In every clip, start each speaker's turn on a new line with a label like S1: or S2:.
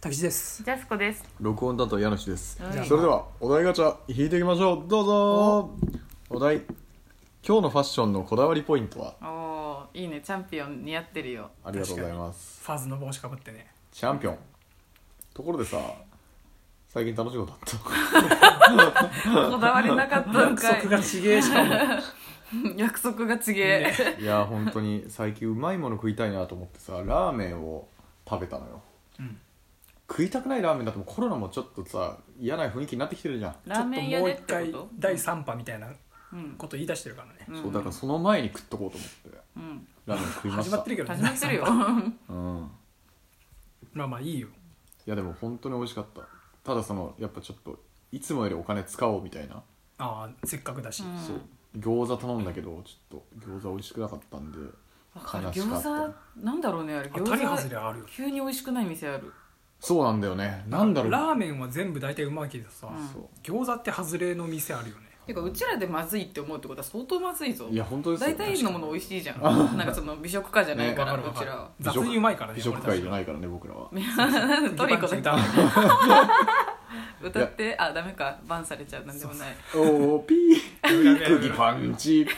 S1: タキシです
S2: ジャスコです。
S3: 録音だと家主です、
S2: はい
S3: それではお題ガチャ引いていきましょうどうぞお題今日のファッションのこだわりポイントは
S2: おおー、いいね、チャンピオン似合ってる よ。
S3: ありがとうございます
S1: ファズの帽子かぶってね
S3: チャンピオンところでさ最近楽しいことあった
S2: こだわりなかったん
S1: 約
S2: か
S1: 束
S2: い。
S1: がちげえしかも
S2: 約束がちげえ。
S3: いや本当に最近うまいもの食いたいなと思ってさラーメンを食べたのよ、
S1: うん
S3: 食いたくないラーメンだともうコロナもちょっとさ嫌な雰囲気になってきてるじゃん、
S2: ラーメン屋でって
S1: ちょっともう
S2: こ
S1: 一回
S2: と？
S1: 第3波みたいな
S2: うん。
S1: こと言い出してるからね、
S2: ん
S3: そうだからその前に食っとこうと思って
S2: うん。
S3: ラーメン食いまし
S1: 始
S3: た
S1: まってるけどね
S2: 始まって るよ。
S3: うん
S1: まあまあいいよ
S3: いやでも本当に美味しかったただそのやっぱちょっといつもよりお金使おうみたいな、
S1: ああせっかくだし、
S2: うん
S3: そう餃子頼んだけどちょっと餃子美味しくなかったんで
S2: わかる
S3: 悲しかった
S2: 餃子なんだろうねあれ。
S1: 当たり外
S2: 餃
S1: れ
S2: 子
S1: あるよ
S2: 急に美味しくない店ある。
S3: そうなんだよねなんだろう
S1: ラーメンは全部大体うまいけどさ、
S2: うん
S3: そ
S1: 餃子って外れの店あるよね
S2: てかうちらでまずいって思うってことは相当まずいぞ
S3: うい。や本当ですよ
S2: 大体のもの美味しいじゃん。 なんかその美食家じゃないか
S1: わ
S2: ら
S1: か
S2: う
S1: るわか
S2: ち
S1: る
S2: ら。
S1: 雑にうまいからね
S3: 美食会じゃないからね僕らは
S2: トリコだ
S1: で
S2: け
S1: た
S2: 歌ってあダメかバンされちゃうなんでもない。
S3: おおピー空気パンチピ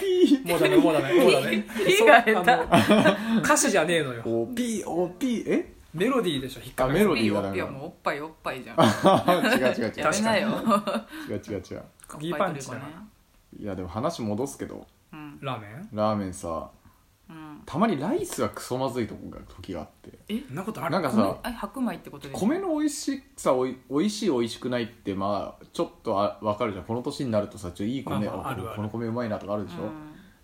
S3: ー
S1: もうダメもうダメもうダメ
S2: 火が下手
S1: そうあの歌詞じゃねえのよ
S3: おーピーおーピーえ
S1: メロディーでしょ引っか
S3: あ
S1: か
S3: メ
S1: る
S3: ロデ
S2: い
S3: ィ
S2: い
S3: ーが
S2: よ
S3: ダ
S2: い
S3: メ
S2: や
S3: な
S2: もう
S3: の
S2: おっぱいおっぱいじゃん。
S3: 違う違う違
S2: やめ なよ。
S3: う違う違う違う
S1: ギーパンチだな
S3: いやでも話戻すけど
S2: うん
S1: ラーメン
S3: ラーメンさ
S2: うん。
S3: たまにライスはクソまずいと思うが時があって
S1: そんなことある
S3: なんかさ
S2: あ白米ってことで
S3: 米の美味しさおい美味しい美味しくないってまあちょっとあ分かるじゃんこの年になるとさちょいい米、
S1: まあまあ
S3: あ
S1: あるある
S3: この米うまいなとかあるでしょ、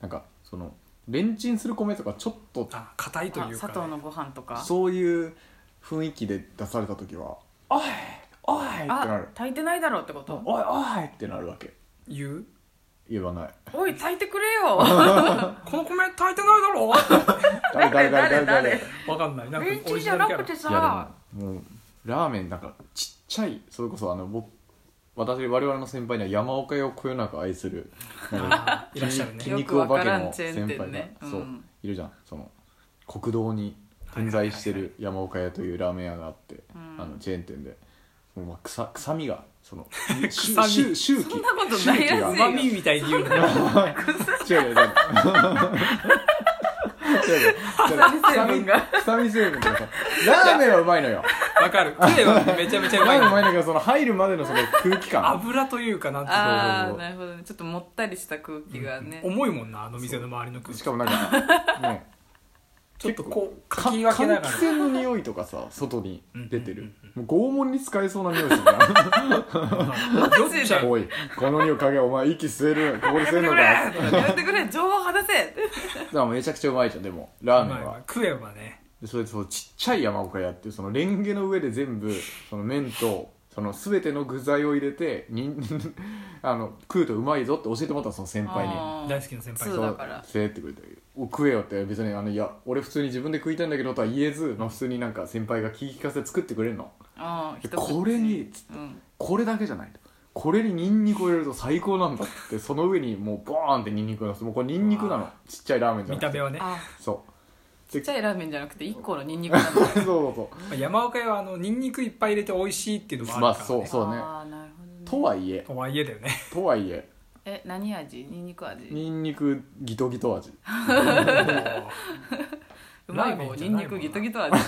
S3: なんかそのレンチンする米とかちょっと
S1: あ硬いというか、ね、
S2: 砂糖のご飯とか
S3: そういう雰囲気で出された時は「おいおい!」ってな
S2: あ
S3: る
S2: 炊いてないだろうってこ
S3: 「おい
S2: と
S3: おい!」ってなるわけ
S1: 言う
S3: 言わない
S2: おい炊いてくれ よ
S1: この米炊いてないだろう
S3: 誰誰誰誰
S2: 誰
S3: 誰
S1: わかんないなんか
S2: レンチンじゃなくて
S3: いや
S2: さ
S3: でももうラーメンなんかちっちゃいそれこそあの僕私我々の先輩には山岡をこよなく愛するなんか
S1: あーいらっしゃる
S3: 筋
S1: ね
S2: よ
S3: 肉
S2: く
S3: お
S2: わ
S3: 化
S2: か
S3: け
S2: らん
S3: の
S2: チェ
S3: 先
S2: ーン
S3: 輩が、
S2: 店ねうん
S3: そういるじゃんその国道に点在してる山岡屋というラーメン屋があって、
S2: ん
S3: あのチェーン店でもうまあ臭臭みが その臭
S1: 臭み
S3: 周周期
S2: そんなことないやつ
S1: う
S2: よ
S1: まみみたいに言うのよ
S3: 違 う違う違う違う違う
S2: 成
S3: 臭
S2: 分
S3: み
S2: が
S3: 臭み成分とかさラーメンはうまいのよ
S1: わかる手はめちゃめちゃう
S3: ラ
S1: まい
S3: ーメンはうまいんだけどその入るまでのその空気感
S1: 油というかなんていうか
S2: あ
S3: そ
S2: あ
S3: うそうそう
S2: なるほどねちょっともったりした空気がね
S1: 重いもんなあの店の周りの空気
S3: しかもなんかね
S1: ちょっとこうか
S3: か
S1: き分けなが
S3: 換
S1: ら
S3: 気扇の匂いとかさ外に出て
S1: うん
S3: るもう拷問に使えそうな匂いするな
S1: 酔っちゃう
S3: おいこの匂い影お前息吸えるここで吸え
S2: や
S3: る
S2: めてくれ
S3: のかだか
S2: やめてくれ情報話せ
S3: らめちゃくちゃうまいじゃんでもラーメ
S1: まあ
S3: ンは
S1: 食えばね
S3: でそれでそのちっちゃい山岡屋っていうそのレンゲの上で全部その麺とその全ての具材を入れてにあの食うとうまいぞって教えてもらったのその先輩に
S2: あー
S1: 大好きな先輩
S2: そ
S1: と
S2: う
S3: そ
S2: だ
S3: う
S2: から
S3: せーってくれて「お食えよ」って別にあのいや俺普通に自分で食いたいんだけどとは言えず、まあ、普通になんか先輩が聞き聞かせて作ってくれるの
S2: あー
S3: で
S2: 一口
S3: これにつって
S2: うん
S3: これだけじゃないとこれにニンニクを入れると最高なんだってその上にもうボーンってニンニクを出すもうこれニンニクな
S1: う
S3: のちっちゃいラーメンじゃ
S1: 見
S3: なくて
S1: た目はね
S2: あ
S3: そう
S2: ち
S3: で
S2: っちゃいラーメンじゃなくて1個のニンニクなんだ
S3: そうそうそ
S1: まあ山岡屋はあのニンニクいっぱい入れて美味しいっていうの
S3: う
S1: も
S3: ま
S1: あ
S3: あ
S1: るから
S3: そう
S1: ね
S3: そうね
S2: あーなるほどね
S3: とはいえ
S1: とはいえだよ ね
S3: とはいえ
S2: え何味ニンニク味
S3: ニンニクギトギト味
S2: うまい
S1: ラーメ
S2: 棒
S1: ンじ
S2: ニ
S1: ゃ
S2: ン
S1: ないもんな
S2: ニクギトギト味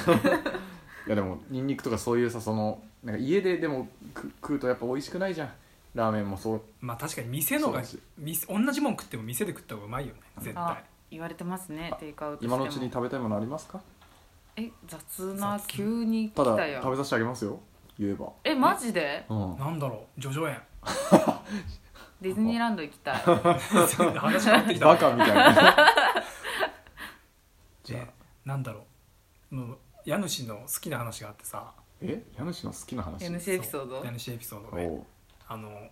S3: いやでもニンニクとかそういうさそのなんか家ででもく食うとやっぱ美味しくないじゃんラーメンもそう
S1: まあ確かに店のが
S3: そうだし
S1: 店同じもん食っても店で食った方がうまいよね絶
S2: あ
S1: 対
S2: 言われてますねテイクアウトして
S3: 今
S2: も
S3: のうちに食べたいものありますか
S2: え雑な急に
S3: た
S2: 来
S3: だ
S2: たよ
S3: 食べさせてあげますよ言えば
S2: えマジで
S3: うん
S1: なんだろうジョジョ園
S2: ディズニーランド行きた い
S1: 話変わってきた
S3: バカみたいなじゃあ
S1: でなんだろうもう家主の好きな話があってさ
S3: え家主の好きな話
S2: 家主エピソード
S1: そう家主エピソード
S3: お
S1: で
S3: う
S1: あの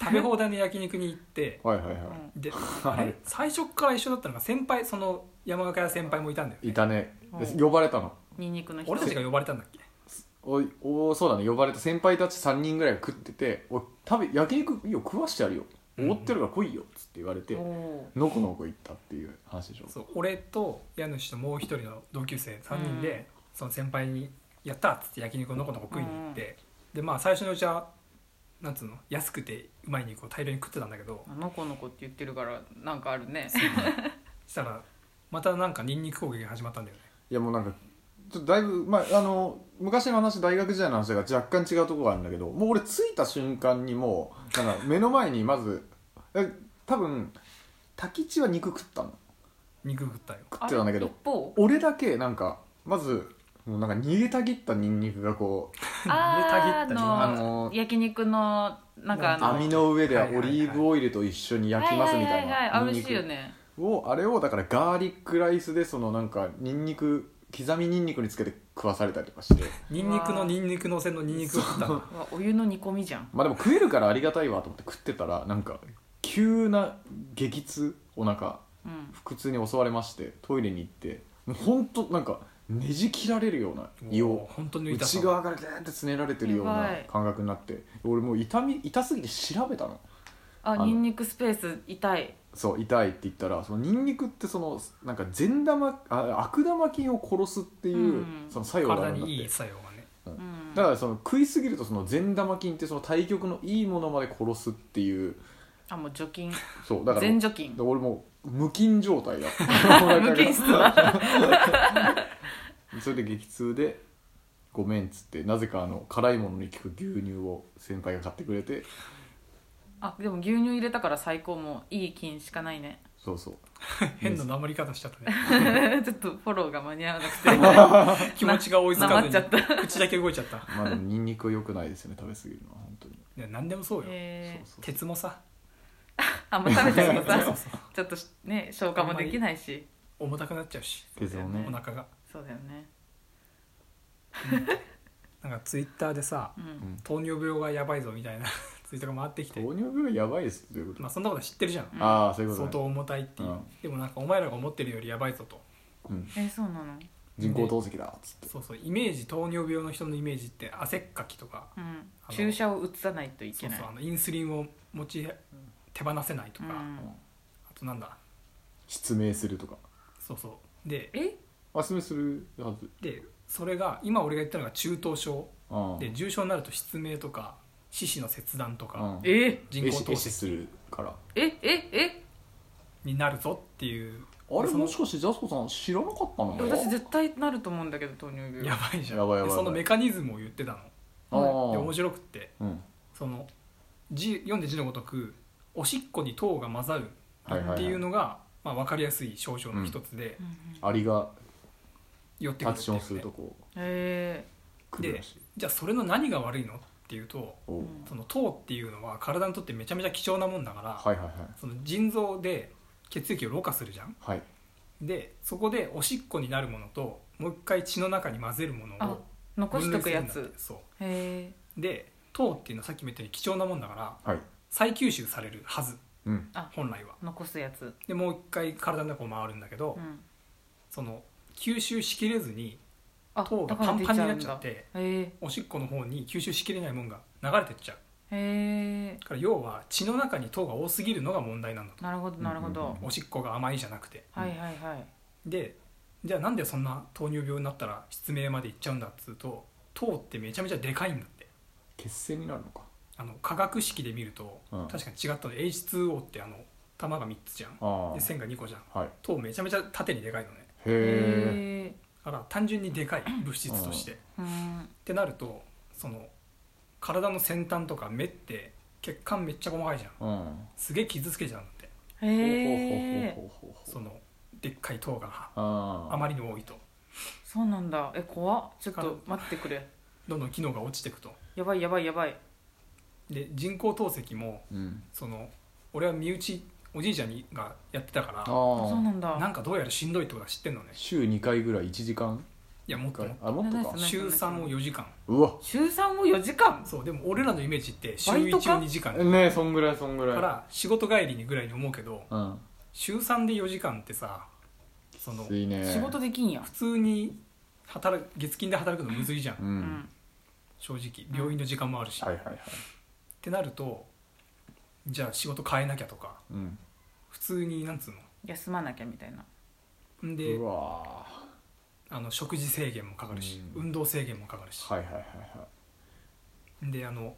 S1: 食べ放題の焼肉に行 って
S3: はいはいはい、
S2: うん
S1: であれ最初から一緒だったのが先輩その山中屋先輩もいたんだよ、ね、
S3: いたね、で
S2: うん
S3: 呼ばれたの
S2: ニンニクの人
S1: 俺たちが呼ばれたんだっけ
S3: おいおそうだね呼ばれた先輩たち3人ぐらいが食ってて「おい食べ焼肉いいよ食わしてやるよ
S1: うん
S3: 覆ってるから来いよ」っつって言われて、
S2: おー
S3: のこのこ行ったっていう話でしょ
S1: そう俺と家主ともう一人の同級生3人で、その先輩にやったっつって焼肉をのこのこ食いに行って、でまあ最初のうちはなんつうの安くてうまい肉を大量に食ってたんだけど
S2: あの子の子って言ってるからなんかあるね
S1: したらまたなんかニンニク攻撃が始まったんだよね
S3: いやもうなんかちょっとだいぶ、まあ、あの昔の話大学時代の話が若干違うところがあるんだけどもう俺着いた瞬間にもうなんか目の前にまずえ多分滝地は肉食ったの
S1: 肉食ったよ
S3: 食ってたんだけ
S2: あ
S3: ど
S2: 一 方
S3: 俺だけなんかまずもうなんか逃げたぎったニンニクがこう
S2: あー
S1: 上たぎった
S2: あ
S3: あ
S2: の
S3: の
S2: 焼肉のなんかあの
S3: 網の上でオリーブオイルと一緒に焼きますみた
S2: は
S3: い
S2: はは
S3: な
S2: は
S3: ニ
S2: 美
S3: ンニ
S2: 味しいよ
S3: ク
S2: ね
S3: をあれをだからガーリックライスでそのなんかニンニク刻みニンニクにつけて食わされたりとかして
S1: ニンニクのニンニクのせのニンニクを食ったの
S2: うわお湯の煮込みじゃん
S3: まあでも食えるからありがたいわと思って食ってたらなんか急な激痛お腹
S2: うん
S3: 腹痛に襲われましてトイレに行ってもうほんとなんかねじ切られるような胃
S1: もう
S3: を
S1: 本当に痛
S3: 内
S1: さ
S3: 側からギューンってつねられてるような
S2: やばい
S3: 感覚になって俺もう痛み痛すぎて調べたの
S2: あ
S3: あの
S2: ニンニクスペース痛い
S3: そう痛いって言ったらそのニンニクってそのなんか善玉あ悪玉菌を殺すっていう、
S2: うん
S3: その作用があ
S1: 体
S3: るんだって
S1: にいい作用がね
S2: うん
S3: だからその食いすぎるとその善玉菌ってその対極のいいものまで殺すっていう
S2: あもう除菌
S3: そうだから
S2: 全除菌
S3: で俺もう無菌状態だった
S2: 無菌室
S3: それで激痛で「ごめん」っつってなぜかあの辛いものに効く牛乳を先輩が買ってくれて
S2: あでも牛乳入れたから最高もういい菌しかな いね
S3: そうそう
S1: 変な鉛り方しちゃったね
S2: ちょっとフォローが間に合わ なくて
S1: 気持ちが追いつかず
S2: なまっち
S1: に口だけ動いちゃった
S3: まあでもニンニクは良くないですよね食べ過ぎるのは本当に
S1: ね何でもそうよ
S2: えー
S3: そうそう
S1: 鉄もさ
S2: あんま食べたけど
S1: そう
S2: さ
S1: そうそう
S2: ちょっとしね消化もできないし
S1: 重たくなっちゃうし
S3: 鉄を
S1: お
S3: ね
S1: 腹が
S2: そうだよね
S1: なんかツイッターでさ
S2: うん、
S3: ん
S1: 糖尿病がやばいぞみたいな ツイートが回ってきて
S3: 糖尿病やばいですということ、
S1: まあそんなことは知ってるじゃん
S2: うん
S3: ああそういうこ
S1: 相
S3: とね
S1: 当重たいっていう
S3: うん
S1: でもなんかお前らが思ってるよりやばいぞと
S3: うん、
S2: えそうなの
S3: 人工透析だっつって
S1: そうそうイメージ糖尿病の人のイメージって汗っかきとか
S2: うん
S1: あの
S2: 注射を打たないとい
S1: そ
S2: け
S1: う
S2: ない
S1: そうあのインスリンを持ち手放せないとか、
S2: う
S1: あ
S2: ん
S1: となんだ
S3: 失明するとか
S1: そうそうで
S2: え
S3: あ失明するはず
S1: でそれが今俺が言ったのが中等症
S3: ああ
S1: で重症になると失明とか四肢の切断とか
S3: うん
S2: え
S1: 人工透
S3: 壊死
S1: 析
S3: するから
S2: えええ
S1: になるぞっていう
S3: あれ
S1: その
S3: もしかしてジャスコさん知らなかったの
S2: 私絶対なると思うんだけど糖尿病
S1: やばいじゃん
S3: やばいやばい
S1: でそのメカニズムを言ってたの
S3: ああ
S1: で面白くって
S3: うん
S1: その字読んで字のごとくおしっこに糖が混ざる
S3: はいはいはい
S1: っていうのが、まあ、分かりやすい症状の一つで
S2: うんうん
S3: アリが
S1: 寄ってく
S3: タ
S1: るっ
S3: ッ
S1: て
S3: チ
S1: い
S3: ョ
S1: う
S3: ンする
S1: ね
S3: とこ
S2: え
S3: 来るらしい
S1: じゃあそれの何が悪いのっていうと
S3: おう
S2: うん
S1: その糖っていうのは体にとってめちゃめちゃ貴重なもんだから、
S3: はいはいはい
S1: その腎臓で血液をろ過するじゃん
S3: はい
S1: でそこでおしっこになるものともう一回血の中に混ぜるもの
S2: あ
S1: を
S2: 残しとくや
S1: 分類するんだっ
S2: つ
S1: てそ
S2: へえ
S1: うで糖っていうのはさっきも言ったように貴重なもんだから
S3: はい
S1: 再吸収されるはず
S3: うん
S1: 本来は
S2: 残すやつ
S1: でもう一回体の中を回るんだけど、
S2: うん
S1: その吸収しきれずに
S2: あ
S1: 糖が
S2: だから
S1: パン
S2: 出
S1: パンになっ
S2: んだ
S1: ちゃって
S2: へ
S1: おしっこの方に吸収しきれないもんが流れてっちゃう
S2: えへえ
S1: だから要は血の中に糖が多すぎるのが問題なんだと
S2: なるほどなるほ
S3: うんうん
S2: ど
S3: うん
S1: おしっこが甘いじゃなくて
S2: はいはいはい
S1: でじゃあなんでそんな糖尿病になったら失明までいっちゃうんだっつうと糖ってめちゃめちゃでかいんだって
S3: 血栓になるのか
S1: あの化学式で見ると、
S3: うん
S1: 確かに違ったの H2O ってあの玉が3つじゃん
S3: あ
S1: で線が2個じゃん
S3: あはいへ
S1: 糖めちゃめちゃ縦にでかいのね
S2: へ
S3: え
S2: え
S1: だから単純にでかい物質として、っ
S2: うん
S1: てなるとその体の先端とか目って血管めっちゃ細かいじゃん
S3: うん
S1: すげえ傷つけちゃうんだって
S2: へえ
S3: ほうほうほうほうほう
S1: そのでっかい糖が
S3: ああ
S1: あまりに多いと
S2: そうなんだえ怖っちょっと待ってくれ
S1: どんどん機能が落ちていくと
S2: やばいやばいやばい
S1: で人工透析も
S3: うん
S1: その俺は身内おじいちゃんにがやってたか
S3: あ
S1: ら
S2: あそう
S3: あ
S2: なんだ
S1: なんかどうやらしんどいってことは知ってんのね
S3: 週2回ぐらい1時間
S1: いやもっともっ
S3: あもっと
S2: な
S3: か
S1: と
S2: いです
S1: 週3を4時間
S3: うわ
S2: 週3を4時間
S1: そうでも俺らのイメージって週
S2: バイ
S1: 1
S2: ト
S1: を
S2: か
S1: 2時間
S3: ねえそんぐらいそんぐ
S1: だから
S3: い
S1: ら仕事帰りにぐらいに思うけど
S3: うん
S1: 週3で4時間ってさその
S3: きついね
S2: 仕事できんや
S1: 普通に働く月金で働くのむずいじゃ
S3: うんん
S2: う
S1: 正直病院の時間もあるし、
S3: はい
S1: っ
S3: はいはい
S1: てなるとじゃあ仕事変えなきゃとか
S3: うん
S1: 普通になんつうん
S2: 休まなきゃみたいな
S1: のんで
S3: うわ
S1: あの食事制限もかかるし、
S3: うん
S1: 運動制限もかかるし、
S3: はいはいはい
S1: であの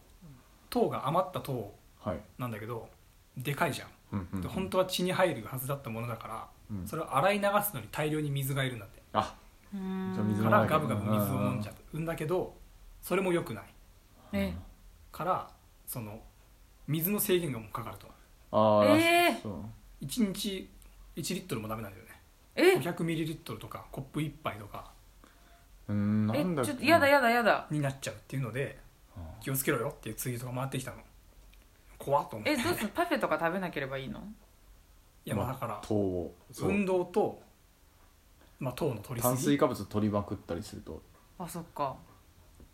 S1: 糖が余った糖
S3: はいはい
S1: なんだけどでかいじゃん、
S3: うんうんうん
S1: で本当は血に入るはずだったものだから、
S3: うん
S1: それを洗い流すのに大量に水がいるんだって
S3: あ
S2: うん
S3: じゃあ水
S1: か
S3: 飲
S1: ら
S3: まなきゃ
S1: ガブガブ水を飲んじゃうんだけどそれも良くない
S2: え
S1: からその水の制限がもうかかると
S3: ああ、
S2: えー
S3: そう
S1: 1日1リットルもダメなんだよね
S2: え
S1: 500ミリリットルとかコップ1杯とか
S3: うーんな
S2: え
S3: んだ
S2: ちょっとやだやだやだ
S1: になっちゃうっていうので
S3: うん
S1: 気をつけろよっていうツイートが回ってきたの怖っと思って
S2: えどうするパフェとか食べなければいいの
S1: いやまあだから
S3: 糖をそう
S1: 運動と、まあ、糖の取り
S3: 炭
S1: す
S3: 水
S1: ぎ
S3: 化物取りまくったりすると
S2: あそっ か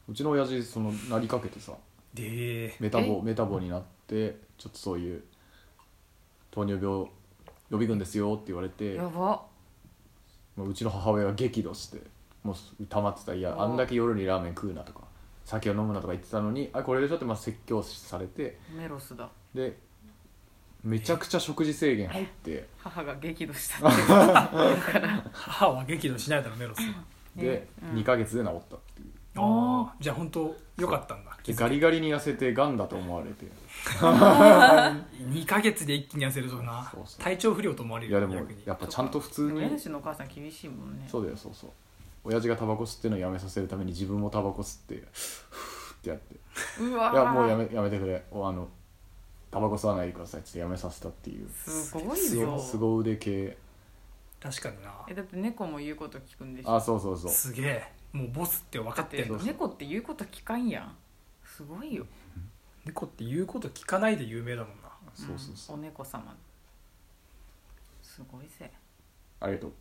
S3: うちの親父そのなりかけてさ
S1: で
S3: メタボメタボになってちょっとそういう糖尿病予備軍ですよって言われて
S2: やば
S3: もううちの母親が激怒してもう溜まってた「いや
S2: お
S3: あんだけ夜にラーメン食うな」とか「酒を飲むな」とか言ってたのに「あこれでしょ」ってまあ説教されて
S2: メロスだ
S3: でめちゃくちゃ食事制限入って
S2: 母が激怒したって
S1: 母は激怒しないだろメロスは
S3: で
S2: うん
S3: 2ヶ月で治ったっていう
S1: ああじゃあ本当良かったんだ
S3: でガリガリに痩せてがんだと思われて
S1: 2ヶ月で一気に痩せるとな
S3: そうそう
S1: 体調不良と思われ
S3: い
S1: る
S3: や
S1: よ
S3: でも
S1: 逆に
S3: やっぱちゃんと普通
S2: メル
S3: に
S2: シのお母さん厳しいもんね
S3: そうだよそうそう親父がタバコ吸ってるのやめさせるために自分もタバコ吸ってふーってやっていう
S2: わー
S3: やもうやめやめてくれおあのタバコ吸わないでくださいっつってやめさせたっていう
S2: すごい
S3: す
S2: よ
S3: ごすご腕系
S1: 確かにな
S2: えだって猫も言うこと聞くんでしょ
S3: あそうそうそう
S1: すげえもうボスって分か
S2: だ
S1: っ
S2: ってて
S1: んだ
S3: そう
S2: 猫って言うこと聞かんやんすごいよ
S1: 猫って言うこと聞かないで有名だもんな
S3: そうそうそう
S2: うんお猫様すごいぜ
S3: ありがとう